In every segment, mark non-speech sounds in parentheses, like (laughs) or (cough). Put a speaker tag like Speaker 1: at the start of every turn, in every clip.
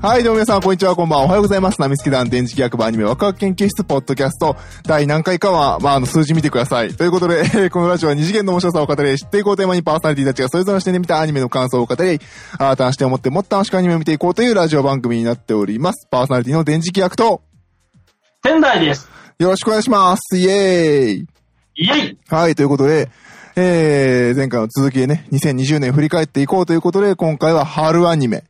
Speaker 1: はい、どうも皆さん、こんにちは、こんばんは。おはようございます。ナミスキ団電磁気役場アニメワクワク研究室ポッドキャスト第何回かは、まあ、あの、数字見てください。ということで、え (laughs) ーこのラジオは二次元の面白さを語り、知っていこうテーマにパーソナリティたちがそれぞれの視点で見たアニメの感想を語り、新たな視点を持ってもっと楽しくアニメを見ていこうというラジオ番組になっております。パーソナリティの電磁気役と、
Speaker 2: 仙台です。
Speaker 1: よろしくお願いします。イエーイ
Speaker 2: イェイ
Speaker 1: はい、ということで、えー、前回の続きでね、2020年振り返っていこうということで、今回は春アニメ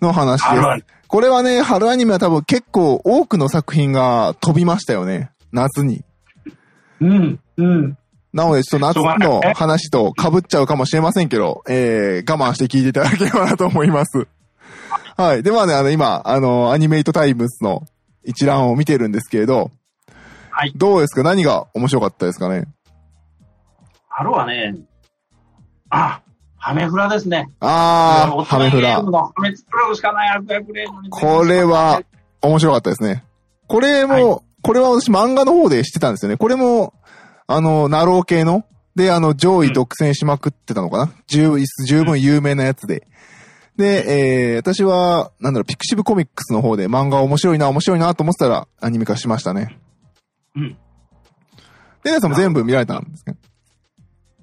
Speaker 1: の話で
Speaker 2: 春アニ
Speaker 1: す。これはね、春アニメは多分結構多くの作品が飛びましたよね。夏に。
Speaker 2: うん、うん。
Speaker 1: なので、ちょっと夏
Speaker 2: しょうがない
Speaker 1: の話と被っちゃうかもしれませんけど、えー、我慢して聞いていただければなと思い
Speaker 2: (laughs)
Speaker 1: ます。はい。ではね、あの、今、あの、アニメイトタイムズの一覧を見てるんですけれど、
Speaker 2: はい
Speaker 1: どうですか何が面白かったですかね
Speaker 2: 春はね、あ、ハメフラですね。
Speaker 1: あー、ハメフラ
Speaker 2: ゲー。ムのハメ作るしかない悪役レームに
Speaker 1: これは、面白かったですね。これも、
Speaker 2: は
Speaker 1: これは私漫画の方で知ってたんですよね。これも、あの、ナロー系の、で、あの、上位独占しまくってたのかな、十十分有名なやつで。で、えー、私は、なんだろう、ピクシブコミックスの方で漫画面白いな、面白いなと思ってたら、アニメ化しましたね。
Speaker 2: うん。
Speaker 1: で、皆さんも全部見られたんですね。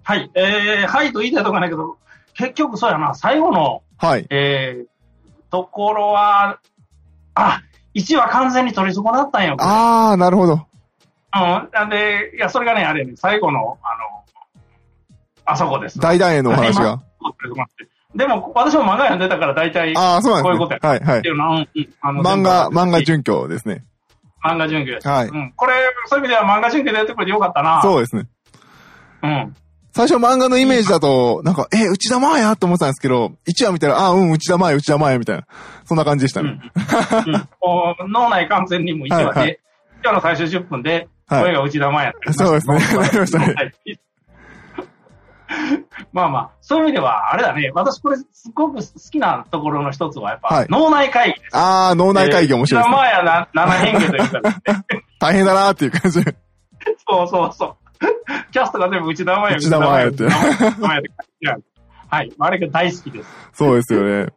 Speaker 2: はい、えー、はいと言いたいとこないけど、結局そうやな、最後の、
Speaker 1: はい。
Speaker 2: えー、ところは、あ、1は完全に取り損なったんよ。うん。
Speaker 1: あー、なるほど。
Speaker 2: なんで、いや、それがね、あれね、最後の、あの、あそこです。
Speaker 1: 大団円のお話が。
Speaker 2: でも、私も漫画読んでたから大体、
Speaker 1: あー、そうなんですね。
Speaker 2: こういうことや
Speaker 1: はい、は
Speaker 2: って
Speaker 1: い。
Speaker 2: いうのは、うんうんあの
Speaker 1: 漫画、
Speaker 2: 全部
Speaker 1: 漫画準拠ですね。
Speaker 2: 漫画準拠
Speaker 1: はい
Speaker 2: うん。これ、そういう意味では漫画準拠でやってくれてよかったな。
Speaker 1: そうですね。
Speaker 2: う。うん。
Speaker 1: 最初漫画のイメージだと、なんか、え、内田真やと思ってたんですけど、1話見たら、あ、うん、内田真や、内田真や、みたいな。そんな感じでした
Speaker 2: うんう
Speaker 1: ね。
Speaker 2: ん。
Speaker 1: (laughs)
Speaker 2: もう脳内完全にもう一話で、
Speaker 1: はいはい
Speaker 2: 今日の最終10分で、
Speaker 1: はい
Speaker 2: これが内田真やった
Speaker 1: そうですね。なりましたね。
Speaker 2: はい (laughs) まあまあ、そういう意味では、あれだね、私これすごく好きなところの一つは、やっぱ、
Speaker 1: はい
Speaker 2: 脳内会議です。
Speaker 1: あー、脳内会議面白いです、
Speaker 2: 内
Speaker 1: ね
Speaker 2: 田真やな7変化というか、
Speaker 1: 大変だなーっていう感じで。
Speaker 2: (laughs) そうそうそう。キャストが全部内田真や。
Speaker 1: 内田真礼って
Speaker 2: 内田真礼って書いてあるはい。あれが大好きです。
Speaker 1: そうですよね。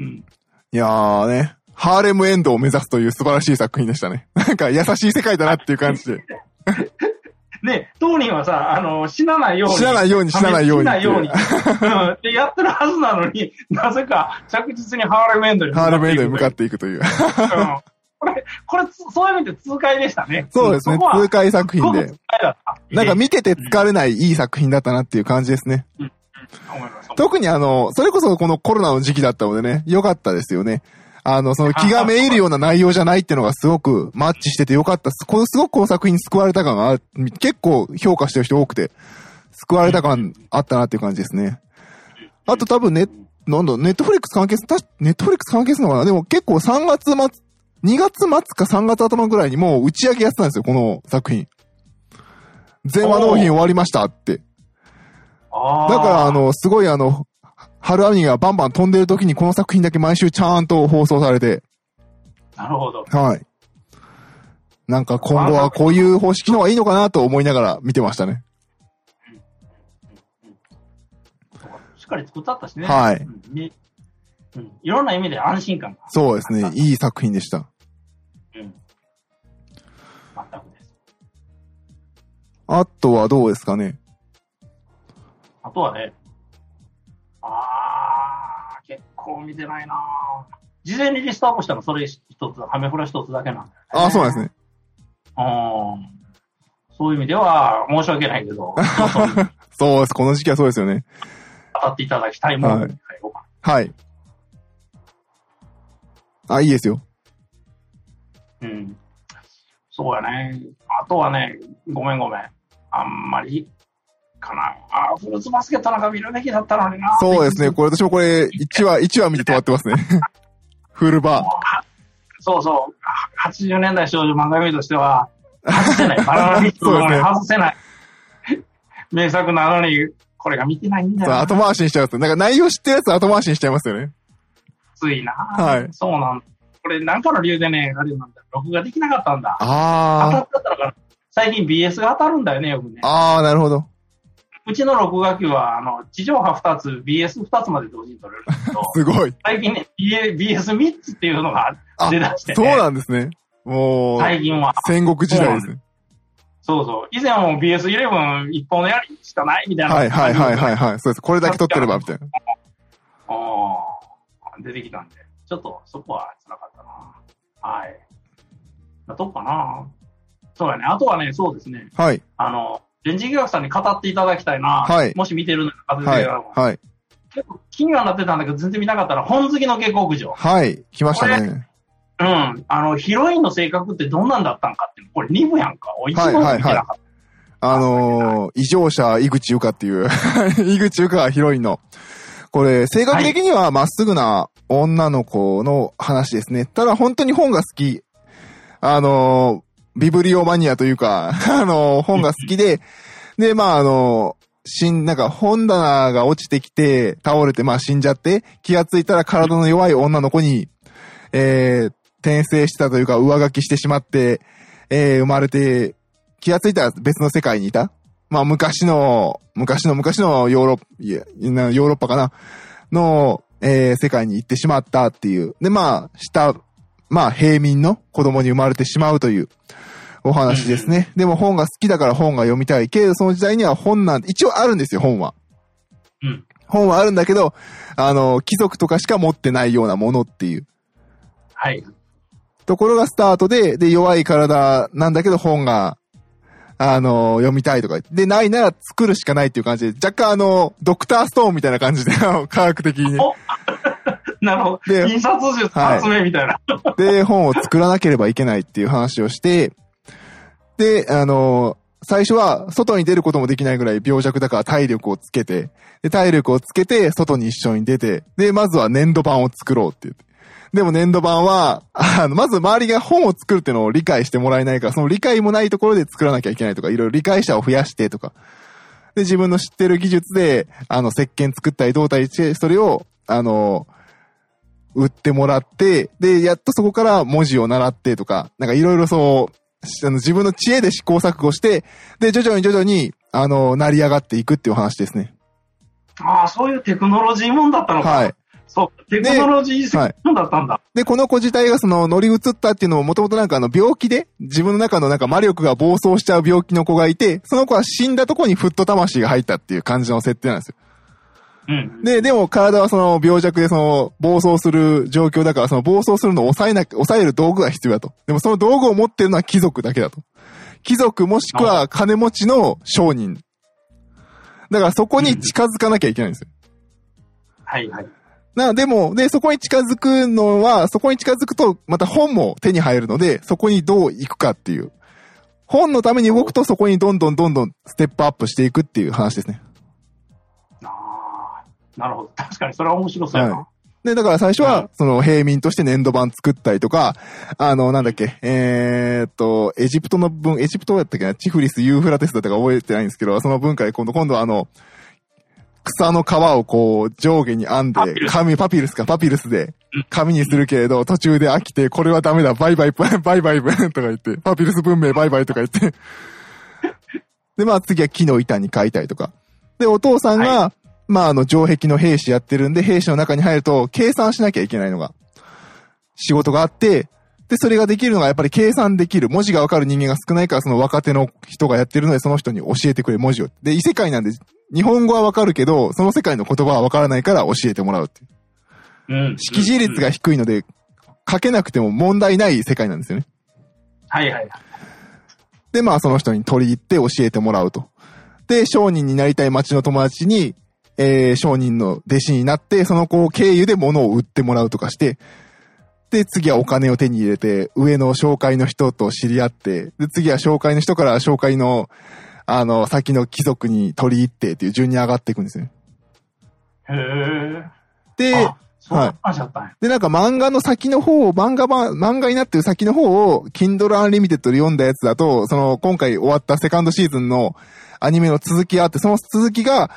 Speaker 2: うん。
Speaker 1: いやーね。ハーレムエンドを目指すという素晴らしい作品でしたね。なんか優しい世界だなっていう感じで。
Speaker 2: で、当人はさ、あの、死なないように。
Speaker 1: 死なないように死なないように
Speaker 2: 死なないように。うん。で、やってるはずなのに、なぜか着実にハーレムエンドに向
Speaker 1: ハ
Speaker 2: か
Speaker 1: ー
Speaker 2: っ
Speaker 1: レムエ
Speaker 2: ていく。。
Speaker 1: ンドに向かってていくという。
Speaker 2: うん、これ、これ、つそういう意味で痛快でしたね。
Speaker 1: そうですね
Speaker 2: んこ。は
Speaker 1: 痛快作品
Speaker 2: す
Speaker 1: で
Speaker 2: ごく。痛快だった。
Speaker 1: なんか
Speaker 2: え
Speaker 1: 見てて疲れないいい作品だったなっていう感じですね。
Speaker 2: え思います。
Speaker 1: (laughs) 特にあの、それこそこのコロナの時期だったのでね、良かったですよね。あの、その気がめいるような内容じゃないっていうのがすごく (laughs) マッチしてて良かったです。このすごくこの作品に救われた感がある、結構評価してる人多くて、救われた感あったなっていう感じですね。あと多分ね、なんだ、ネットフリックス関係す、たネットフリックス関係するのかなでも結構3月末、2月末か3月頭ぐらいにもう打ち上げやってたんですよ、この作品。全話納品終わりましたって。
Speaker 2: あー
Speaker 1: だから、あ、の、すごいあの、春アニがバンバン飛んでる時にこの作品だけ毎週ちゃんと放送されて、
Speaker 2: なるほど。
Speaker 1: はい。なんか今後はこういう方式の方がいいのかなと思いながら見てましたね。
Speaker 2: しっかり作ったったしね。
Speaker 1: はい
Speaker 2: うんねうん。いろんな意味で安心感が。
Speaker 1: そうですね。いい作品でした。
Speaker 2: うん。全くです。
Speaker 1: あとはどうですかね。
Speaker 2: あとはね、あー、結構見てないなぁ事前にリストアップしたのそれ一つ、ハメフラ一つだけなんだよね。
Speaker 1: あ、そうなんですね。
Speaker 2: うん。そういう意味では、申し訳ないけど、 (laughs) ちょっと
Speaker 1: そうです。この時期はそうですよね。
Speaker 2: 当たっていただきたいものに変えようか
Speaker 1: はい。あ、いいですよ。
Speaker 2: な。うん。そうやね。あとはね、ごめんごめん。あんまり、かな。あーフルーツバスケットなんか見るべきだったのにな
Speaker 1: そうですね。。これ私もこれ、1話、1話見て止まってますね。 (laughs) フルバー。
Speaker 2: そうそう。は80年代少女漫画組としては、外せない。バナ
Speaker 1: (laughs)
Speaker 2: ナミットの
Speaker 1: そうですね
Speaker 2: 外せない。名作なのに、これが見てないんだ
Speaker 1: そ
Speaker 2: よ
Speaker 1: う
Speaker 2: な。
Speaker 1: 後回しにしちゃいます。なんか内容知ってるやつ後回しにしちゃいますよね。
Speaker 2: ついな。
Speaker 1: はい
Speaker 2: そうなんだ。これ、なんかの理由でね、あれなんだ。録画できなかったんだ。当
Speaker 1: あー
Speaker 2: た。ったからかな。最近 BS が当たるんだよね、よくね。
Speaker 1: あー、なるほど。
Speaker 2: うちの録画機は、あの、地上波2つ、BS2 つまで同時に撮れるんですけど、
Speaker 1: すごい。
Speaker 2: 最近ね、BS3 つっていうのが
Speaker 1: あ
Speaker 2: 出だして、ね、
Speaker 1: そうなんですね。もう、
Speaker 2: 最近は。
Speaker 1: 戦国時代ですね。
Speaker 2: そうそう。以前はもう BS11 一本のやりしかないみたいな。
Speaker 1: はいはいはいはいはい。そうです。これだけ撮ってれば、みたいな。
Speaker 2: ああ、出てきたんで、ちょっとそこは辛かったな。はい。あとかな。そうやね。あとはね、そうですね。
Speaker 1: はい。
Speaker 2: あの、電磁気学さんに語っていただきたいな。
Speaker 1: はい
Speaker 2: もし見てるなら、風
Speaker 1: はい。
Speaker 2: 邪で、
Speaker 1: はい。
Speaker 2: 結構気にはなってたんだけど、全然見なかったら、本好きの下克上。
Speaker 1: はい。来ましたね。
Speaker 2: うん。あの、ヒロインの性格ってどんなんだったんかっていうの、これ2部やんか。おい、一
Speaker 1: は
Speaker 2: 部
Speaker 1: い
Speaker 2: も見てなかった。
Speaker 1: はいはあのー、異常者、井口由香っていう、 (laughs) 井口由香がヒロインの。これ、性格的にはまっすぐな女の子の話ですね。ただ本当に本が好き。あのー、ビブリオマニアというか、 (laughs) あのー、本が好きで、で、まあ、あのー、死ん、なんか本棚が落ちてきて、倒れて、まあ死んじゃって、気がついたら体の弱い女の子に、えー、転生したというか、上書きしてしまって、えー、生まれて気がついたら別の世界にいた。まあ昔の、昔の昔のヨーロッパ、いやなヨーロッパかなの、えー世界に行ってしまったっていう。で、まあ、下、まあ平民の子供に生まれてしまうというお話ですね。でも本が好きだから本が読みたいけど、その時代には本なんて、一応あるんですよ、本は。
Speaker 2: うん
Speaker 1: 本はあるんだけど、あの、貴族とかしか持ってないようなものっていう。
Speaker 2: はい。 (laughs)
Speaker 1: ところがスタートで、で、弱い体なんだけど本が、あの、読みたいとか言って。で、ないなら作るしかないっていう感じで、若干あの、ドクターストーンみたいな感じで、 (laughs) あの科学的に。
Speaker 2: おなるほど。
Speaker 1: で
Speaker 2: 印刷術発明みたいな。
Speaker 1: で、本を作らなければいけないっていう話をして、で、あの、最初は外に出ることもできないぐらい病弱だから体力をつけて、で、体力をつけて外に一緒に出て、で、まずは粘土板を作ろうって言って。でも粘土板は、あの、まず周りが本を作るっていうのを理解してもらえないから、その理解もないところで作らなきゃいけないとか、いろいろ理解者を増やしてとか。で、自分の知ってる技術で、あの、石鹸作ったり胴体して、それを、あの、売ってもらって、で、やっとそこから文字を習ってとか、なんかいろいろそう、しあの自分の知恵で試行錯誤して、で、徐々に徐々に、あの、成り上がっていくっていうお話ですね。
Speaker 2: ああ、そういうテクノロジーもんだったのか。
Speaker 1: はい。
Speaker 2: そう、テクノロジーもんだったんだ。
Speaker 1: で、この子自体がその乗り移ったっていうのももともとなんかあの病気で、自分の中のなんか魔力が暴走しちゃう病気の子がいて、その子は死んだとこにフット魂が入ったっていう感じの設定なんですよ。
Speaker 2: うん。
Speaker 1: で、でも体はその病弱でその暴走する状況だから、その暴走するのを抑えなく、抑える道具が必要だと。でもその道具を持ってるのは貴族だけだと。貴族もしくは金持ちの商人。だからそこに近づかなきゃいけないんですよ。
Speaker 2: はいはい。
Speaker 1: な、でも、で、そこに近づくのは、そこに近づくと、また本も手に入るので、そこにどう行くかっていう。本のために動くと、そこにどんどんどんどんステップアップしていくっていう話ですね。
Speaker 2: ああ、なるほど。確かにそれは面白そうやな。
Speaker 1: はで、だから最初
Speaker 2: う
Speaker 1: は
Speaker 2: ん、
Speaker 1: その平民として粘土板作ったりとか、あの、なんだっけ、えーっと、エジプトの文、エジプトだったっけな、チフリス、ユーフラテスだったか覚えてないんですけど、その文化で今度、今度はあの、草の皮をこう上下に編んで
Speaker 2: パピル、ス
Speaker 1: 紙、パピルスか、パピルスで
Speaker 2: うん、
Speaker 1: 紙にするけれど、途中で飽きて、これはダメだ、バイバイ、バイバイ、バイバイとか言って、パピルス文明バイバイとか言って。で、まあ次は木の板に書いたりとか。で、お父さんが、まああの、城壁の兵士やってるんで、兵士の中に入ると、計算しなきゃいけないのが、仕事があって、で、それができるのがやっぱり計算できる、文字がわかる人間が少ないから、その若手の人がやってるので、その人に教えてくれ、文字を。で、異世界なんで、日本語はわかるけど、その世界の言葉はわからないから教えてもらうっていう。
Speaker 2: うん。
Speaker 1: 識字率が低いので、書けなくても問題ない世界なんですよね。
Speaker 2: はいはい。
Speaker 1: で、まあその人に取り入って教えてもらうと。で、商人になりたい町の友達に、えー商人の弟子になって、その子を経由で物を売ってもらうとかして、で、次はお金を手に入れて、上の紹介の人と知り合って、で、次は紹介の人から紹介の、あの、先の貴族に取り入ってっていう順に上がっていくんですよね。
Speaker 2: へえ。
Speaker 1: で、
Speaker 2: あ、そういう話だったんや。
Speaker 1: で、なんか漫画の先の方を、漫画版、漫画になってる先の方を、Kindle Unlimited で読んだやつだと、その、今回終わったセカンドシーズンのアニメの続きがあって、その続きが、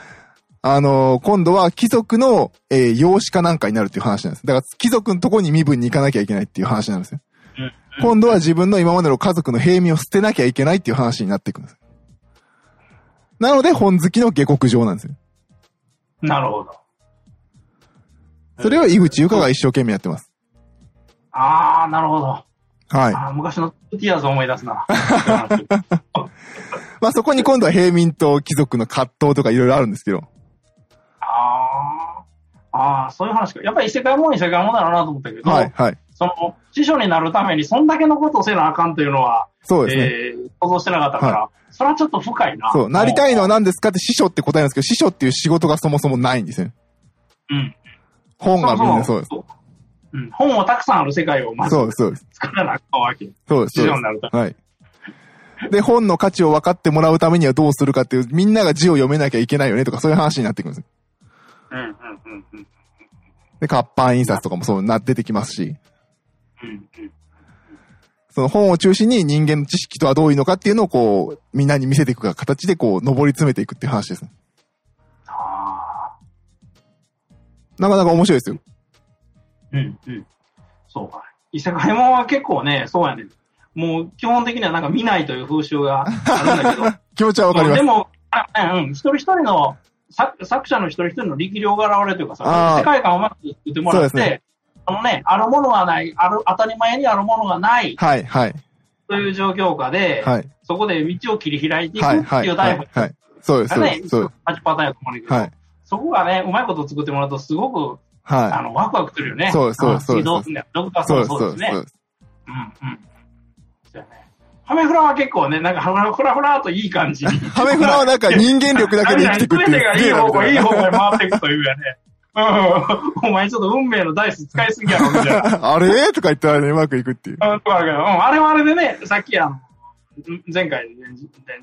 Speaker 1: あのー今度は貴族の、えー養子かなんかになるっていう話なんです。だから、貴族のとこに身分に行かなきゃいけないっていう話なんですよ。今度は自分の今までの家族の平民を捨てなきゃいけないっていう話になっていくんです。なので本好きの下克上なんですよ。
Speaker 2: なるほど。
Speaker 1: それを井口優香が一生懸命やってます。
Speaker 2: ああ、なるほど。
Speaker 1: はい。
Speaker 2: あー昔のティアーズを思い出すな。
Speaker 1: (laughs) まあそこに今度は平民と貴族の葛藤とかいろいろあるんですけど。
Speaker 2: ああ、ああ、そういう話か。やっぱり異世界もん異世界もんだろうなと思ったけど、
Speaker 1: はい、はい。
Speaker 2: その、師匠になるためにそんだけのことをせなあかんというのは、
Speaker 1: そうですね。
Speaker 2: えー想像してなかったから、それはちょっと深いな。
Speaker 1: そう、なりたいのは何ですかって師匠って答えなんですけど、師匠っていう仕事がそもそもないんですよね。
Speaker 2: うん。
Speaker 1: 本がみんなそうです。
Speaker 2: そうそううん、本をたくさんある世界をまず
Speaker 1: そうです、そうです。
Speaker 2: 作らなあかんわけ。
Speaker 1: そうです、
Speaker 2: 師
Speaker 1: そう
Speaker 2: 匠
Speaker 1: で
Speaker 2: になるた
Speaker 1: す。はい。で、本の価値を分かってもらうためにはどうするかっていう、みんなが字を読めなきゃいけないよねとか、そういう話になってくるんですよ。
Speaker 2: めに。うんうんうんうん
Speaker 1: で、活版印刷とかもそうな、出てきますし、
Speaker 2: うんうん。
Speaker 1: その本を中心に人間の知識とはどういうのかっていうのをこう、みんなに見せていく形でこう、上り詰めていくっていう話ですね。
Speaker 2: ああ、
Speaker 1: なかなか面白いですよ。
Speaker 2: うんうん。そうか。異世界もんは結構ね、そうやね。もう基本的にはなんか見ないという風習があるんだけど、
Speaker 1: 気持ち (laughs) はわかりま。
Speaker 2: ですも、あうん、一人一人の作作者の一人一人の力量が現れというか
Speaker 1: あ
Speaker 2: さ
Speaker 1: ー、
Speaker 2: 世界観をうまく作ってもらっ
Speaker 1: そうです
Speaker 2: て、あのね、あるものがない、ある、当たり前にあるものがない
Speaker 1: はい、はい、
Speaker 2: という状況下で、
Speaker 1: はい、
Speaker 2: そこで道を切り開いていくっ
Speaker 1: はい、
Speaker 2: て
Speaker 1: はいい、
Speaker 2: うタ
Speaker 1: は
Speaker 2: イプ
Speaker 1: い、はい。そうです、
Speaker 2: が
Speaker 1: そう
Speaker 2: ね
Speaker 1: で、す、そうです。
Speaker 2: 8パターンやと思うんだけど、
Speaker 1: はい、
Speaker 2: そこがね、うまいこと作ってもらうとすごく、
Speaker 1: はい。
Speaker 2: あの、ワクワクするよね。
Speaker 1: そうですそうですそ
Speaker 2: あ
Speaker 1: うです
Speaker 2: 次どうすんだよ。どこか
Speaker 1: そう
Speaker 2: そ
Speaker 1: で
Speaker 2: う
Speaker 1: す、そうう
Speaker 2: そです
Speaker 1: です。
Speaker 2: ね。
Speaker 1: そうです
Speaker 2: うんうん。そうやね。ハメフラは結構ね、なんかハメフラフラといい感じに。
Speaker 1: ハメフラはなんか人間力だけで生きてくっていう。
Speaker 2: 何々全てがいい方向、いい
Speaker 1: よ。
Speaker 2: 方向へ回っていくというやね。うん、お前ちょっと運命のダイス使いすぎやろ、みたい
Speaker 1: (laughs)
Speaker 2: な。
Speaker 1: あれとか言ったらね、うまくいくっていう。
Speaker 2: うん、とかだけどうんあれはあれでね、さっきあの、前回、電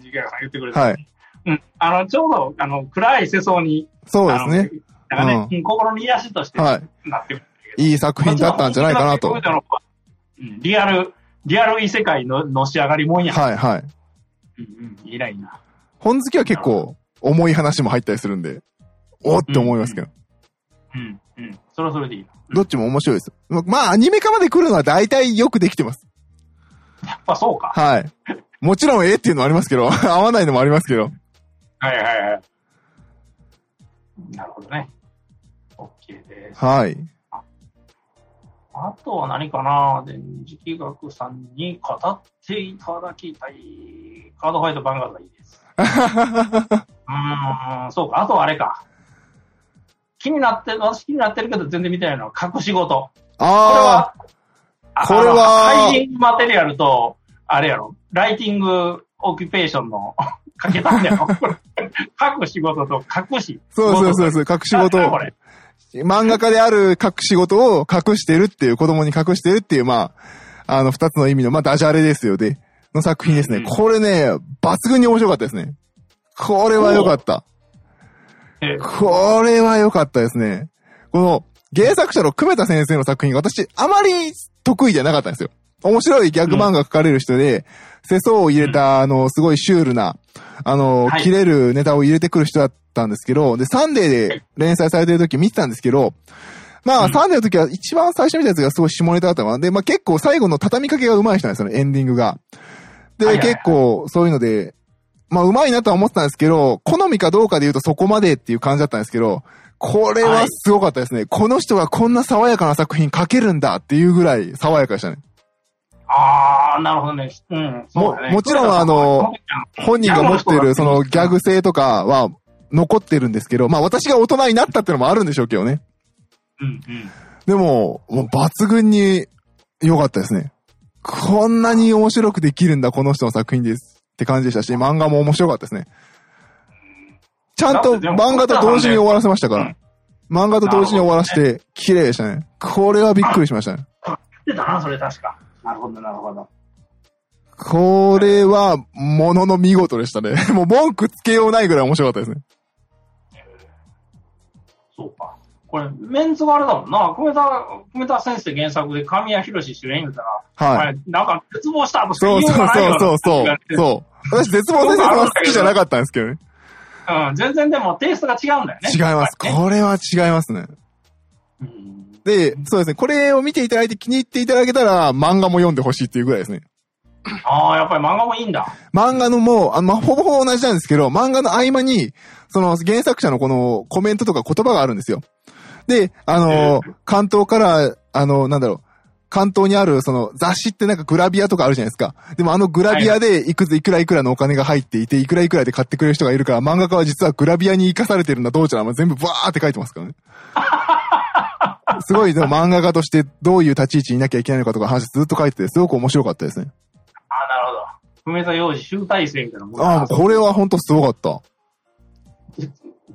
Speaker 2: 磁気が言ってくれた、
Speaker 1: はい。
Speaker 2: うん、あの、ちょうど、あの、暗い世相に、
Speaker 1: そうですね。
Speaker 2: あのなんかね、
Speaker 1: う
Speaker 2: うん心の癒しとして
Speaker 1: は
Speaker 2: なってくるんだけど、
Speaker 1: いい作品だったんじゃないかなと。は
Speaker 2: うんリアル、リアル異世界ののし上がりもんや。
Speaker 1: いはい。
Speaker 2: うんうん、偉いな。
Speaker 1: 本好きは結構重い話も入ったりするんで、おーって思いますけど。
Speaker 2: うん、うん。それはそれでいいな。うん
Speaker 1: どっちも面白いです。ままあ、アニメ化まで来るのは大体よくできてます。
Speaker 2: やっぱそうか。
Speaker 1: はい。もちろん、ええっていうのはありますけど、 (laughs) 合わないのもありますけど。
Speaker 2: はいはいはい。なるほどね。OK です。
Speaker 1: はい。
Speaker 2: あとは何かな電磁気学さんに語っていただきたい。カードファイトバンガードがいいです。
Speaker 1: (laughs)
Speaker 2: うーん、そうか。あとはあれか。気になって、私気になってるけど全然見てないのは隠し事。これ
Speaker 1: あ
Speaker 2: は、あ
Speaker 1: これは
Speaker 2: あのハイリングマテリアルと、あれやろ、ライティングオキュペーションの (laughs) かけたんやろ。 (laughs) 書く仕事と書くし。
Speaker 1: ー、そうそうそうそう、隠し事
Speaker 2: なんだ
Speaker 1: を
Speaker 2: こ。れ
Speaker 1: 漫画家である隠し事を隠してるっていう、子供に隠してるっていう、まあ、あの、二つの意味の、まあ、ダジャレですよね。の作品ですね。
Speaker 2: うん
Speaker 1: これね、抜群に面白かったですね。これは良かった。
Speaker 2: え
Speaker 1: これは良かったですね。この、原作者の久米田先生の作品が私、あまり得意じゃなかったんですよ。面白いギャグ漫画書かれる人で、世相を入れた、あの、すごいシュールな、あの、
Speaker 2: はい
Speaker 1: 切れるネタを入れてくる人だったんですけど、で、サンデー
Speaker 2: は
Speaker 1: で連載されてる時見てたんですけど、ま
Speaker 2: う
Speaker 1: あ、
Speaker 2: ん
Speaker 1: サンデーの時は一番最初見たやつがすごい下ネタだったかな。で、まあ結構最後の畳みかけが上手い人なんですよね、エンディングが。で、
Speaker 2: はいはいはい
Speaker 1: 結構そういうので、まあ、うまいなとは思ってたんですけど、好みかどうかで言うとそこまでっていう感じだったんですけど、これはすごかったですね。この人がこんな爽やかな作品書けるんだっていうぐらい爽やかでしたね。
Speaker 2: あー、なるほどね。うん、そうだね。
Speaker 1: ももちろんあの本人が持ってるそのギャグ性とかは残ってるんですけど、まあ私が大人になったってのもあるんでしょうけどね。
Speaker 2: うん、うん。
Speaker 1: でも、もう抜群に良かったですね。こんなに面白くできるんだ、この人の作品です。って感じでしたし、漫画も面白かったですね。ちゃん
Speaker 2: だっ
Speaker 1: と
Speaker 2: てでも
Speaker 1: 漫画と同時に終わらせましたか
Speaker 2: うん
Speaker 1: ら。漫画と同時に終わらせて、綺麗でしたね。これはびっくりしましたね。
Speaker 2: でだな、それ確か。なるほど、なるほど。
Speaker 1: これは、ものの見事でしたね。 (laughs) もう文句つけようないぐらい面白かったですね。
Speaker 2: そうか。これ、メンツがあれだもんな。久米田、久米田先生原作で神谷博史主演言うたら、
Speaker 1: はい。
Speaker 2: い、なんか絶望したとしか言
Speaker 1: そう
Speaker 2: いよ
Speaker 1: そう
Speaker 2: がないよ
Speaker 1: そうそう
Speaker 2: な
Speaker 1: そう。そう。私、絶望先生そんな好きじゃなかったんですけどね。
Speaker 2: うん、全然でもテイストが違うんだよね。
Speaker 1: 違います。
Speaker 2: やっぱ
Speaker 1: これは違いますね。
Speaker 2: りねうん
Speaker 1: で、そうですね。これを見ていただいて気に入っていただけたら、漫画も読んでほしいっていうぐらいですね。
Speaker 2: ああ、やっぱり漫画もいいんだ。
Speaker 1: 漫画のもう、あまあ、ほぼほぼ同じなんですけど、漫画の合間に、その原作者のこのコメントとか言葉があるんですよ。で、あの、関東から、あの、なんだろう、関東にあるその雑誌ってなんかグラビアとかあるじゃないですか。でもあのグラビアでいくついくらいくらのお金が入っていて、いくらいくらで買ってくれる人がいるから、漫画家は実はグラビアに生かされてるんだ、どうちゃら、まあ全部バーって書いてますからね。すごい、でも漫画家としてどういう立ち位置にいなきゃいけないのかとか話ずっと書いてて、すごく面白かったですね。
Speaker 2: ああ、なるほど。梅田洋次集大成みたいなもんだ
Speaker 1: ああ、もうこれは本当すごかった。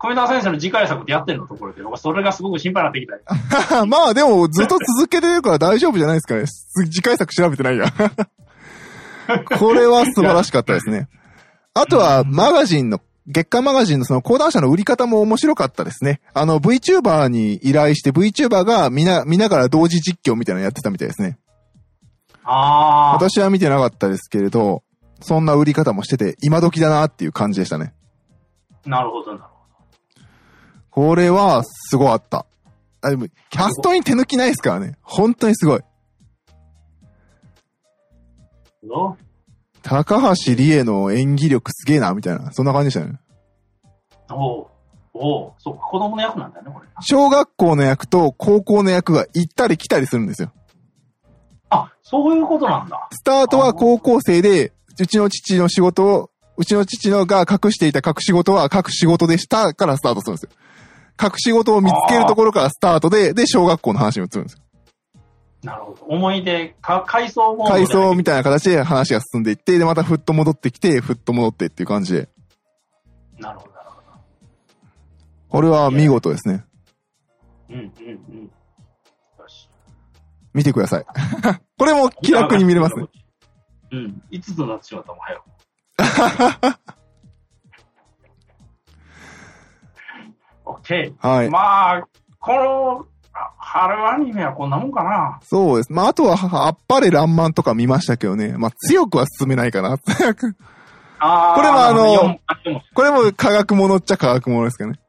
Speaker 2: 小田先生の次回作ってやってるのところで、僕それがすごく心配になってきたよ。
Speaker 1: (laughs) まあでもずっと続けてるから大丈夫じゃないですかね。す次回作調べてないや。 (laughs) これは素晴らしかったですね。あとはマガジンの、月刊マガジンのその講談社の売り方も面白かったですね。あの VTuber に依頼して VTuber が見な、見ながら同時実況みたいなのやってたみたいですね。
Speaker 2: ああ、
Speaker 1: 私は見てなかったですけれど、そんな売り方もしてて今時だなっていう感じでしたね。
Speaker 2: なるほど、なるほ
Speaker 1: これはすごかった。あ、でもキャストに手抜きないですからね。本当にすごい。
Speaker 2: ど。
Speaker 1: 高橋理恵の演技力すげえな、みたいな。そんな感じでしたね。
Speaker 2: おうおうそうか、子供の役なんだよね、これ。
Speaker 1: 小学校の役と高校の役が行ったり来たりするんですよ。
Speaker 2: あ、そういうことなんだ。
Speaker 1: スタートは高校生で、うちの父の仕事を、うちの父のが隠していた隠し事は隠し事でしたからスタートするんですよ。隠し事を見つけるところからスタートで、で、小学校の話に移るんですよ。
Speaker 2: なるほど。思い出、か回想も。
Speaker 1: 回想みたいな形で話が進んでいって、で、またふっと戻ってきて、ふっと戻ってっていう感じで。
Speaker 2: なるほど、なるほ
Speaker 1: これは見事ですね。
Speaker 2: ど。うん、うん、うん。よし。
Speaker 1: 見てください。これも気楽に見れますね。。
Speaker 2: うん。いつとなってしまったもん、早く。
Speaker 1: (laughs)
Speaker 2: オッケ
Speaker 1: は
Speaker 2: ー。
Speaker 1: い。
Speaker 2: まあ、このあ春アニメはこんなもんかな。
Speaker 1: そうです。まあ、あとは、はあっぱれらんまんとか見ましたけどね。まあ、強くは進めないか (laughs) な。
Speaker 2: あー
Speaker 1: これはあの
Speaker 2: 四あでも
Speaker 1: これも科学ものっちゃ科学ものですけどね。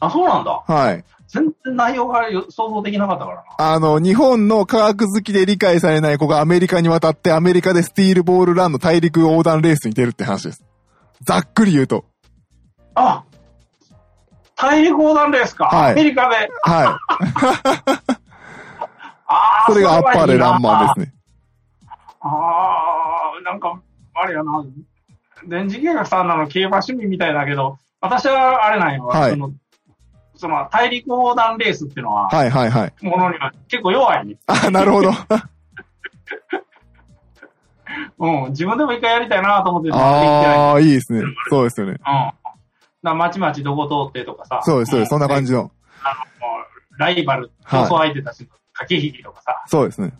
Speaker 2: あ、そうなんだ。
Speaker 1: はい。
Speaker 2: 全然内容がよ想像できなかったからな。
Speaker 1: あの、日本の科学好きで理解されない子がアメリカに渡ってアメリカでスティールボールランの大陸横断レースに出るって話です。ざっくり言うと。
Speaker 2: あ大陸横断レースか。
Speaker 1: はい
Speaker 2: アメリカで。
Speaker 1: はい。
Speaker 2: ああ、
Speaker 1: それがアッパレランマン
Speaker 2: す
Speaker 1: ですね。
Speaker 2: ああ、なんか、あれやな、電磁計画さんなの競馬趣味みたいだけど、私はあれなんよ、
Speaker 1: はい
Speaker 2: その、その大陸横断レースっていうのは、
Speaker 1: はいはいはい。
Speaker 2: ものには結構弱いね。
Speaker 1: あ、なる
Speaker 2: (laughs)
Speaker 1: ほど。あ
Speaker 2: うん、自分でも一回やりたいなと思ってて、できてない。
Speaker 1: あー、いいですね。そうですよね。
Speaker 2: うん。な、まちまちどこ通ってとかさ。
Speaker 1: そうです、そうです。そんな感
Speaker 2: じ。
Speaker 1: じの。
Speaker 2: あの、もうライバル、競争相手たちの駆け引きとかさ、
Speaker 1: そうですね。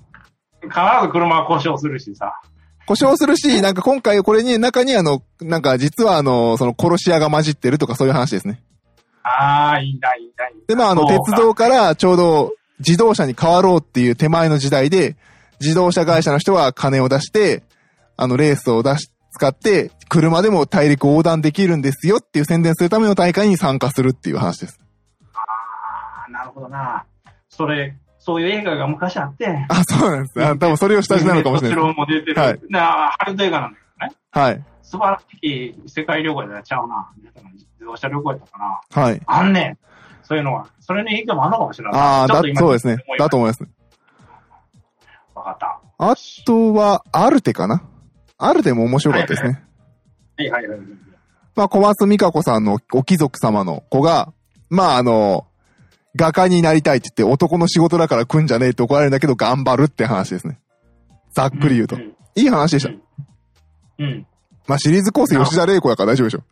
Speaker 2: 必ず車は故障するしさ。
Speaker 1: 故障するし、なんか今回これに、中にあの、なんか実はあの、その殺し屋が混じってるとかそういう話ですね。
Speaker 2: ああ、いいな、いいな、いいな。
Speaker 1: で、まあ、あの、
Speaker 2: そう
Speaker 1: 鉄
Speaker 2: か
Speaker 1: 道からちょうど自動車に変わろうっていう手前の時代で、自動車会社の人は金を出して、あの、レースを出し、使って、車でも大陸横断できるんですよっていう宣伝するための大会に参加するっていう話です。
Speaker 2: ああ、なるほどな。それ、そういう映画が昔あって、
Speaker 1: あ、そうなんです。あ多分それを下地なのかもしれないで
Speaker 2: ねも出てる。
Speaker 1: はい
Speaker 2: なあ、ハリウッド映画なんだけどね。
Speaker 1: す。はい。
Speaker 2: 素晴らしい世界旅行やっちゃうな。自動車旅行やったかな。
Speaker 1: はい。
Speaker 2: あんねん。そういうのは。それに影響もあるのかもしれない。
Speaker 1: ああ、
Speaker 2: ちょ
Speaker 1: だ
Speaker 2: っと、今
Speaker 1: そうですね
Speaker 2: 思い。
Speaker 1: だと思います。
Speaker 2: わかった。は
Speaker 1: あとは、アルテかなアルテも面白かったですね。
Speaker 2: いはいはい。
Speaker 1: まあ、小松美香子さんのお貴族様の子が、まあ、あの、画家になりたいって言って男の仕事だから来んじゃねえって怒られるんだけど頑張るって話ですね。ざっくり言うと。
Speaker 2: ん
Speaker 1: いい話でした。
Speaker 2: うん。うん。
Speaker 1: まあ、シリーズ構成吉田玲子やから大丈夫でしょ。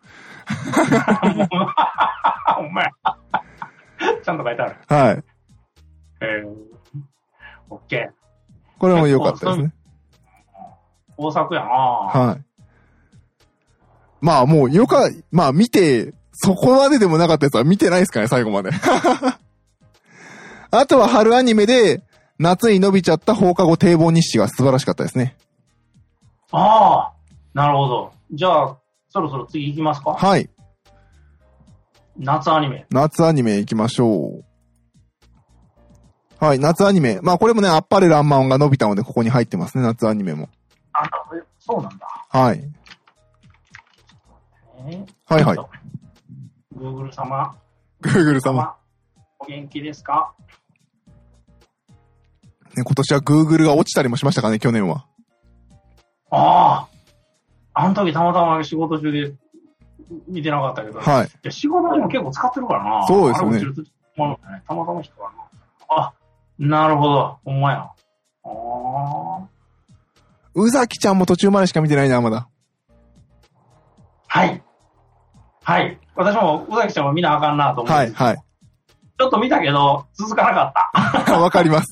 Speaker 2: あ、お前。 (laughs) ちゃんと書いてある。
Speaker 1: はい。
Speaker 2: えー、オッケー。
Speaker 1: これも良かったですね。
Speaker 2: 大作やな。は
Speaker 1: はい。まあ、もうよか、まあ見て、そこまででもなかったやつは見てないですかね、最後まで。 (laughs) あとは春アニメで、夏に伸びちゃった放課後堤防日誌が素晴らしかったですね。
Speaker 2: ああ、なるほど。じゃあ、そろそろ次行きますか。
Speaker 1: はい。
Speaker 2: 夏アニメ。
Speaker 1: 夏アニメ行きましょう。はい、夏アニメ。まあこれもね、あっぱれらんまんが伸びたので、ここに入ってますね、夏アニメも。
Speaker 2: ああなえそうなんだ。
Speaker 1: はい。
Speaker 2: ね
Speaker 1: はいはい
Speaker 2: ちょっと Google 様、
Speaker 1: Google 様。
Speaker 2: お元気ですか
Speaker 1: ね、今年は Google が落ちたりもしましたかね、去年は。
Speaker 2: ああ、あの時たまたま仕事中で見てなかったけど、い
Speaker 1: はい。
Speaker 2: や仕事でも結構使ってるからな。
Speaker 1: そうですよね
Speaker 2: あれもちょっともうねたまたま人かな。あ、なるほど。ほんまや。ああ。
Speaker 1: 宇崎ちゃんも途中までしか見てないな、まだ。
Speaker 2: はい。はい。私も宇崎ちゃんも見なあかんなと思って、
Speaker 1: はい、はい。 (laughs)
Speaker 2: ちょっと見たけど、続かなかった。
Speaker 1: わかります。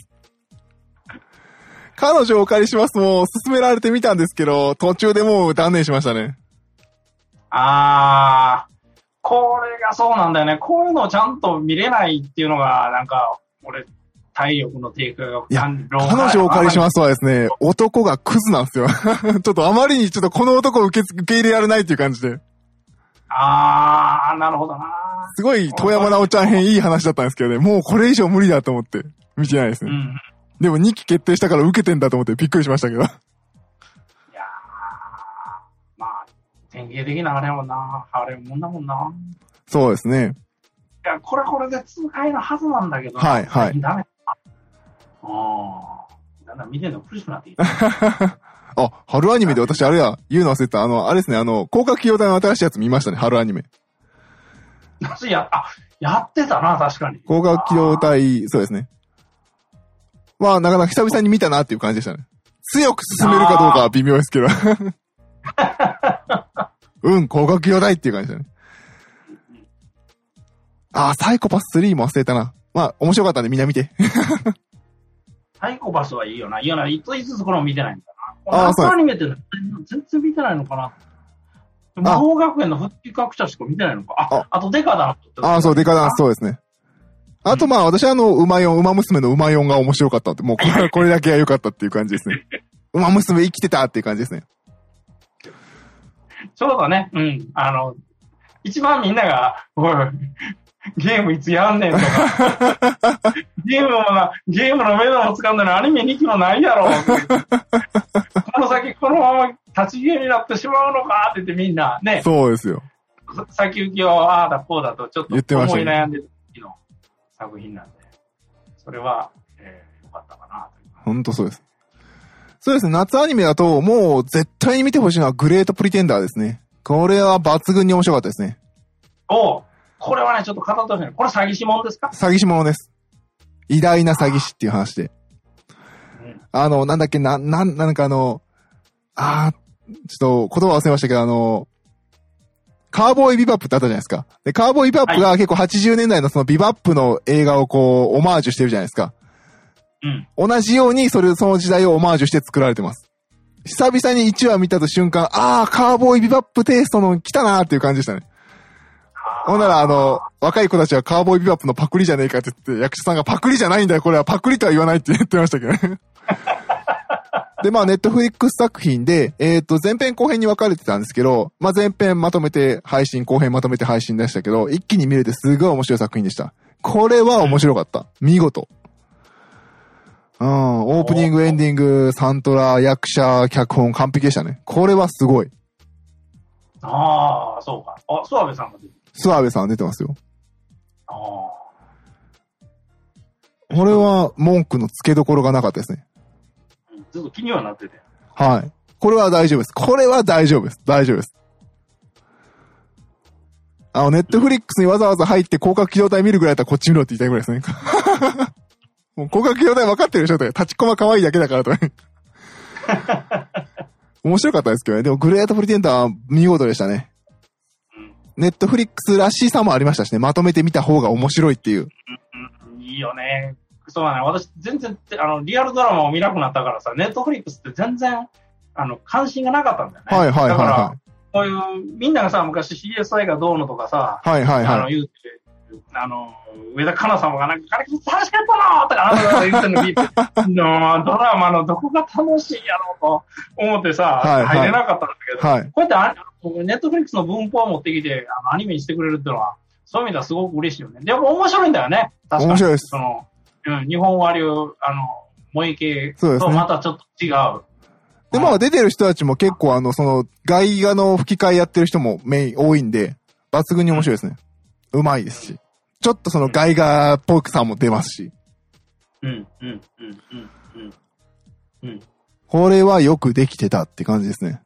Speaker 1: 彼女をお借りしますも、勧められてみたんですけど、途中でもう断念しましたね。
Speaker 2: あー、これがそうなんだよね。こういうのをちゃんと見れないっていうのが、なんか、俺、体力の低下が
Speaker 1: いや
Speaker 2: 感情が。
Speaker 1: 彼女をお借りしますすはですね、男がクズなんですよ。 (laughs) ちょっとあまりにちょっとこの男を受け付受け入れられないっていう感じで。
Speaker 2: あー、なるほどな。
Speaker 1: すごい、遠山直ちゃん編いい話だったんですけどね、もうこれ以上無理だと思って、見てないです
Speaker 2: う
Speaker 1: ね。
Speaker 2: ん。
Speaker 1: でも2期決定したから受けてんだと思ってびっくりしましたけど。
Speaker 2: いやー、まあ、典型的なあれやもんな。あれもんだもんな。
Speaker 1: そうですね。
Speaker 2: いや、これはこれで痛快なはずなんだけど、
Speaker 1: はいはい
Speaker 2: ダメだ。ああ、だんだん見てるの苦しくなってきた。 (laughs)
Speaker 1: あ、春アニメで私あれや、言うの忘れてた。あの、あれですね、あの、広角機動隊の新しいやつ見ましたね、春アニメ。
Speaker 2: 私や、あ、やってたな、確かに。
Speaker 1: 高額機動隊、そうですね。まあ、なかなか久々に見たなっていう感じでしたね。強く進めるかどうかは微妙ですけど。 (laughs) うん、高額機動隊っていう感じだね。あー、サイコパス3も忘れたな。まあ、面白かったんでみんな見て。
Speaker 2: サイコパスはいいよな。いいよな、いついつこれも見てないんだな。
Speaker 1: あー
Speaker 2: あ
Speaker 1: そう
Speaker 2: アニメって全然見てないのかな。魔法学園の復帰学者しか見てないのか。あ、あとデカダンス。
Speaker 1: ああ、そう、デカダンス、そうですね。あと、まあ、私はあの、馬四、馬娘の馬四が面白かったって、もうこれ、これだけは良かったっていう感じですね。馬娘生きてたっていう感じですね。
Speaker 2: ちょうどね、うん、あの、一番みんなが、おい、ゲームいつや
Speaker 1: (laughs)
Speaker 2: んねんとか、ゲームもな、ゲームの目処も掴んだらアニメ2期もないや
Speaker 1: (laughs)
Speaker 2: ろ。この先このまま立ち消えになってしまうのかって言ってみんな、ね、
Speaker 1: そうですよ。
Speaker 2: さ先行きをああだこうだとちょっ
Speaker 1: 言って
Speaker 2: と
Speaker 1: ました
Speaker 2: 思い
Speaker 1: ね
Speaker 2: 悩んでる時の作品なんで、それは、えー、よかったかなという。
Speaker 1: ほんとそうです。そうですね、夏アニメだと、もう絶対に見てほしいのはグレートプリテンダーですね。これは抜群に面白かったですね。
Speaker 2: おうこれはね、ちょっと語ってほしいね。これ詐欺師もんですか
Speaker 1: 詐欺師者です。偉大な詐欺師っていう話で。
Speaker 2: うん。
Speaker 1: あの、なんだっけ、な、なん、なんかあの、あー、ちょっと言葉忘れましたけど、あの、カーボーイビバップってあったじゃないですか。で、カーボーイビバップが結構80年代のそのビバップの映画をこう、オマージュしてるじゃないですか。
Speaker 2: うん。
Speaker 1: 同じようにそれ、その時代をオマージュして作られてます。久々に1話見たと瞬間、あー、カーボーイビバップテイストの来たなーっていう感じでしたね。ほんなら、あの、若い子たちはカーボーイビバップのパクリじゃねえかって言って、役者さんがパクリじゃないんだよ、これはパクリとは言わないって言ってましたけどね。で、まあ、ネットフリックス作品で、えっ、と、前編後編に分かれてたんですけど、まあ、前編まとめて配信、後編まとめて配信でしたけど、一気に見れてすごい面白い作品でした。これは面白かった。見事。うん、オープニング、エンディング、サントラ、役者、脚本、完璧でしたね。これはすごい。
Speaker 2: ああ、そうか。あ、諏訪部さんが出てる。
Speaker 1: 諏訪部さん出てますよ。
Speaker 2: ああ。
Speaker 1: これは文句の付けどころがなかったですね。
Speaker 2: ずっと気にはなってて。
Speaker 1: はい。これは大丈夫です。これは大丈夫です。大丈夫です。あの、ネットフリックスにわざわざ入って広角機動隊見るぐらいだったらこっち見ろって言いたいぐらいですね。 (laughs) もう広角機動隊分かってるでしょとか、立ちコマ可愛いだけだから
Speaker 2: (laughs)
Speaker 1: とか。面白かったですけどね。でも、グレートプリテンダーは見事でしたね。ネットフリックスらしさもありましたしね。まとめて見た方が面白いっていう。
Speaker 2: うん、いいよね。そうだね。私、全然て、あの、リアルドラマを見なくなったからさ、ネットフリックスって全然、あの、関心がなかったんだよね。
Speaker 1: はいはいはい
Speaker 2: だから
Speaker 1: は、
Speaker 2: こういう、みんながさ、昔 CSI がどうのとかさ、
Speaker 1: い。はいはい
Speaker 2: あの、
Speaker 1: はい。
Speaker 2: 言うて、あの、上田香奈様がなんか、あれ楽しかったなとか、あの言ってる
Speaker 1: (laughs)
Speaker 2: のにの、ドラマのどこが楽しいやろうと思ってさ、
Speaker 1: はいはい
Speaker 2: 入れなかったんだけど、
Speaker 1: はい。
Speaker 2: こうやってあネットフリックスの文法を持ってきて、あのアニメにしてくれるっていうのは、そういう意味ではすごく嬉しいよね。でも面白いんだよね。確かに。
Speaker 1: 面白いです
Speaker 2: その、うん、日本割を、あの、萌え系
Speaker 1: そうです
Speaker 2: と
Speaker 1: ね
Speaker 2: またちょっと違う。
Speaker 1: で、まあ出てる人たちも結構あの、その、外画の吹き替えやってる人もメイン多いんで、抜群に面白いですね。うまいですし。ちょっとその外画っぽくさも出ますし。
Speaker 2: うん、うん、うん、うん、うん。うん。
Speaker 1: これはよくできてたって感じですね。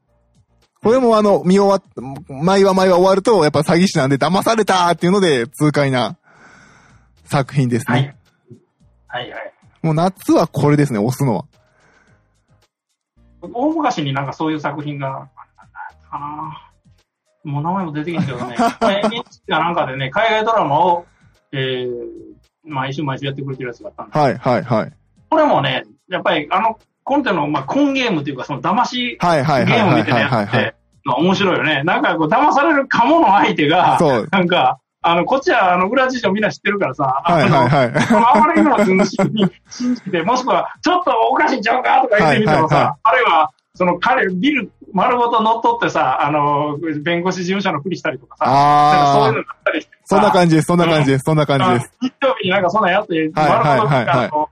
Speaker 1: これもあの、見終わっ、毎話毎話終わると、やっぱ詐欺師なんで騙されたっていうので、痛快な作品ですね。
Speaker 2: はい。はい、はい。
Speaker 1: もう夏はこれですね、押すのは。
Speaker 2: 大昔になんかそういう作品があったんだかな。もう名前も出てきんけど
Speaker 1: (laughs)
Speaker 2: ね。まあ NHK かなんかでね、海外ドラマを、えー、毎週毎週やってくれてるやつがあったんだ。
Speaker 1: はい、はい、はい。
Speaker 2: これもね、やっぱりあの、コンテの、まあ、コンゲームというか、その騙し
Speaker 1: はい、は
Speaker 2: ゲ
Speaker 1: い、はい、
Speaker 2: ーム
Speaker 1: は
Speaker 2: み
Speaker 1: い、
Speaker 2: たい
Speaker 1: は
Speaker 2: な
Speaker 1: い、
Speaker 2: や
Speaker 1: は
Speaker 2: つっ
Speaker 1: い。
Speaker 2: て、まあ面白いよね。なんかこう、騙されるかもの相手が、
Speaker 1: そう
Speaker 2: なんか、あの、こっちはあの、裏事情みんな知ってるからさ、あ
Speaker 1: はい、
Speaker 2: の、
Speaker 1: はい、はい。
Speaker 2: あまりにも純真に信じて、もしくは、ちょっとおかしいんちゃうかとか言ってみて
Speaker 1: は
Speaker 2: も
Speaker 1: いはいは
Speaker 2: さ、あるいは、その彼、ビル丸ごと乗っ取ってさ、あの、弁護士事務所のふりしたりとかさ、なんかそうい
Speaker 1: あ
Speaker 2: うの
Speaker 1: ー。
Speaker 2: があったりしてさ、
Speaker 1: そんな感じです、そんな感じです、そんな感じです。
Speaker 2: あ日曜日になんかそんなんやって、
Speaker 1: はいはい
Speaker 2: 丸ごと
Speaker 1: はいはい
Speaker 2: あの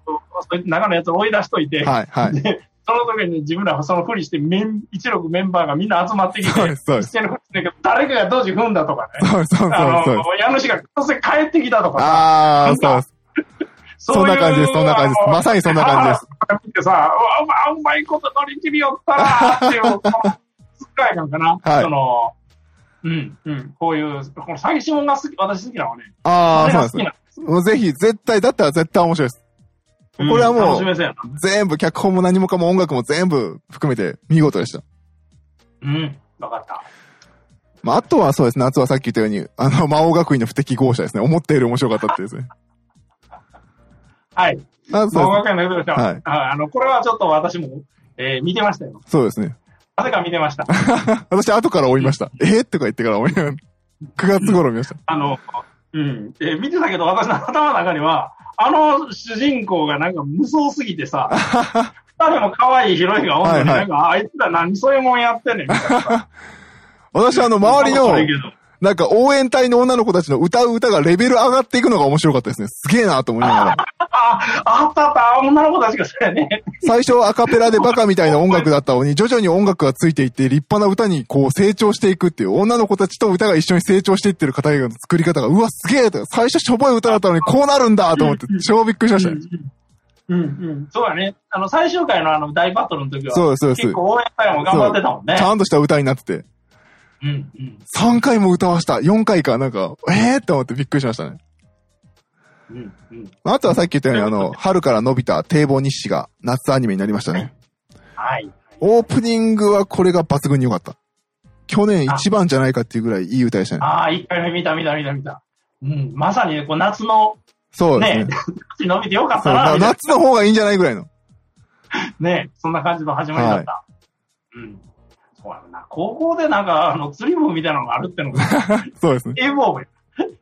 Speaker 2: そいつ中のやつを追い出しといて、
Speaker 1: はい、はい。
Speaker 2: でその時に自分らはそのふりしてメン、一力メンバーがみんな集まってきて
Speaker 1: そうで、す、そうで
Speaker 2: 一
Speaker 1: す。
Speaker 2: 斉に振ってんけど、誰かがどうじ踏んだとかね、
Speaker 1: (laughs) そうです、そうです、
Speaker 2: あ
Speaker 1: そう
Speaker 2: の
Speaker 1: です。、
Speaker 2: 家主が突然帰ってきたとかさ、
Speaker 1: あー、そうです。
Speaker 2: そうい
Speaker 1: そ
Speaker 2: う
Speaker 1: んな感じですそんな感じですまさにそんな感じです。
Speaker 2: あの見てさ、うわうわうまいこと乗り切りよったなーっていう、この使い感かな。
Speaker 1: はい
Speaker 2: その、うん、うん、こういう、この詐欺師もんが好き、私好きなのはね。
Speaker 1: あー、
Speaker 2: こ
Speaker 1: そう
Speaker 2: れ
Speaker 1: なん
Speaker 2: が
Speaker 1: で
Speaker 2: 好
Speaker 1: す
Speaker 2: きなの。
Speaker 1: もうぜひ、絶対、だったら絶対面白いです。こ
Speaker 2: うん
Speaker 1: れはも
Speaker 2: 楽
Speaker 1: う
Speaker 2: し、めそうやな。
Speaker 1: 全部、脚本も何もかも音楽も全部含めて見事でした。
Speaker 2: うん、わかった。
Speaker 1: まあ、あとはそうですね、夏はさっき言ったように、あの、魔王学院の不適合者ですね。思ったより面白かったっていうです
Speaker 2: (laughs)
Speaker 1: ね。
Speaker 2: はい。
Speaker 1: あそう
Speaker 2: 動
Speaker 1: で
Speaker 2: 画会のやつで
Speaker 1: はい
Speaker 2: ああの、これはちょっと私も、えー見てましたよ。
Speaker 1: す。そうですね。
Speaker 2: なぜか見てました。
Speaker 1: 私、後から追いました。えー、とか言ってから追いました。9月頃見ました。
Speaker 2: あの、うん、えー見てたけど、私の頭の中には、あの主人公がなんか無双すぎ
Speaker 1: (laughs)
Speaker 2: てさ、二人も可愛いヒロインがおんのに、
Speaker 1: はいは
Speaker 2: ないんか、あいつら何そういうもんやってんねんみたいな。
Speaker 1: 私、あの、周り
Speaker 2: そんなことないけ
Speaker 1: の、
Speaker 2: ど
Speaker 1: なんか応援隊の女の子たちの歌う歌がレベル上がっていくのが面白かったですね。すげえなと思いながら。
Speaker 2: あ、あったあった、女の子たちがそうやね。
Speaker 1: 最初アカペラでバカみたいな音楽だったのに、徐々に音楽がついていって、立派な歌にこう成長していくっていう、女の子たちと歌が一緒に成長していってる方々の作り方が、うわ、すげえと最初しょぼい歌だったのに、こうなるんだと思って、超びっくりしましたね。
Speaker 2: うんうん。そうだね。あの、最終回のあの大バトルの時は、
Speaker 1: そうです、そうです。
Speaker 2: 結構応援隊も頑張ってたもんね
Speaker 1: ち。ゃんとした歌になってて、
Speaker 2: うんうん
Speaker 1: 3回も歌わした。4回か、なんか、ええー、と思ってびっくりしましたね。
Speaker 2: うんうん。
Speaker 1: あとはさっき言ったように、あの、春から伸びた堤防日誌が夏アニメになりましたね。
Speaker 2: はい。
Speaker 1: オープニングはこれが抜群に良かった。去年一番じゃないかっていうぐらいいい歌でしたね。
Speaker 2: ああ、一回目見た見た見た見た。うん、まさにね、こう夏の、
Speaker 1: そうですね
Speaker 2: ね、 (laughs) 夏に伸びてよかっ
Speaker 1: そう
Speaker 2: たな、みたいな。
Speaker 1: 夏の方がいいんじゃないぐらいの。
Speaker 2: ねそんな感じの始まりだった。うん。そうやろな。高校でなんか、あの、釣り部みたいなのがあるってのが、 (laughs)
Speaker 1: そうですね。
Speaker 2: 堤防部や。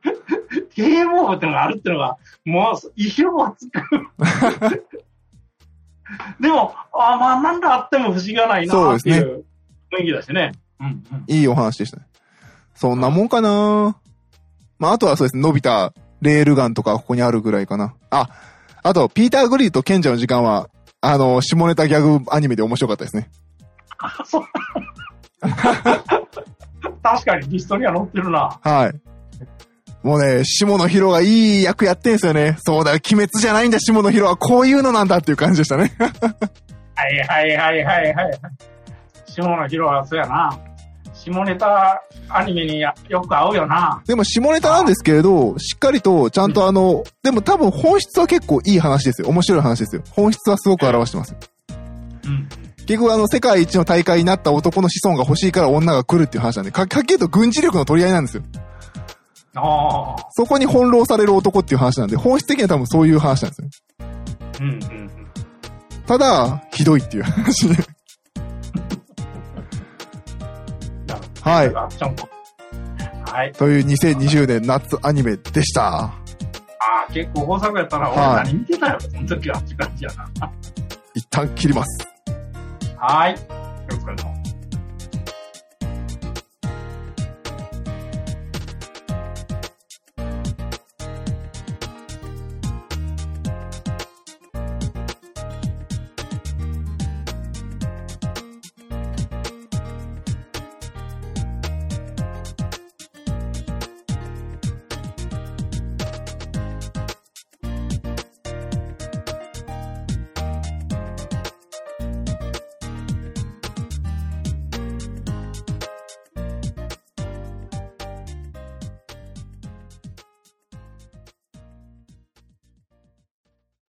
Speaker 2: (laughs) 堤防部ってのがあるってのが、もう、意表をつく。 (laughs) でも、あまあ、なんだあっても不思議がないな、ってい
Speaker 1: そう
Speaker 2: う雰囲気だしね。うんうん。
Speaker 1: いいお話でしたね。そんなもんかなまあ、あとはそうですね、伸びたレールガンとかここにあるぐらいかな。あ、あと、ピーター・グリーと賢者の時間は、あの、下ネタギャグアニメで面白かったですね。
Speaker 2: あ (laughs) そう (laughs) 確かに、ヒストリア乗ってるな。
Speaker 1: はい。もうね、下野紘がいい役やってんすよね。そうだ、鬼滅じゃないんだ、下野紘はこういうのなんだっていう感じでしたね。
Speaker 2: はいはいはいはいはい。下野紘はそうやな。下ネタアニメによく合うよな。
Speaker 1: でも下ネタなんですけれど、しっかりと、ちゃんとあの、でも多分本質は結構いい話ですよ。面白い話ですよ。本質はすごく表してます。
Speaker 2: うん。
Speaker 1: 結局あの世界一の大会になった男の子孫が欲しいから女が来るっていう話なんで、か、かっけえと軍事力の取り合いなんですよ。
Speaker 2: ああ。
Speaker 1: そこに翻弄される男っていう話なんで、本質的には多分そういう話なんですよ。
Speaker 2: うんうんうん。
Speaker 1: ただ、ひどいっていう話で。は
Speaker 2: はいい。。アクションもはい。
Speaker 1: という2020年夏アニメでした。
Speaker 2: ああ、結構豊作やったな。俺
Speaker 1: はい
Speaker 2: 何見てたよ。その時はって感じやな。
Speaker 1: 一旦切ります。
Speaker 2: はい。お疲れ様。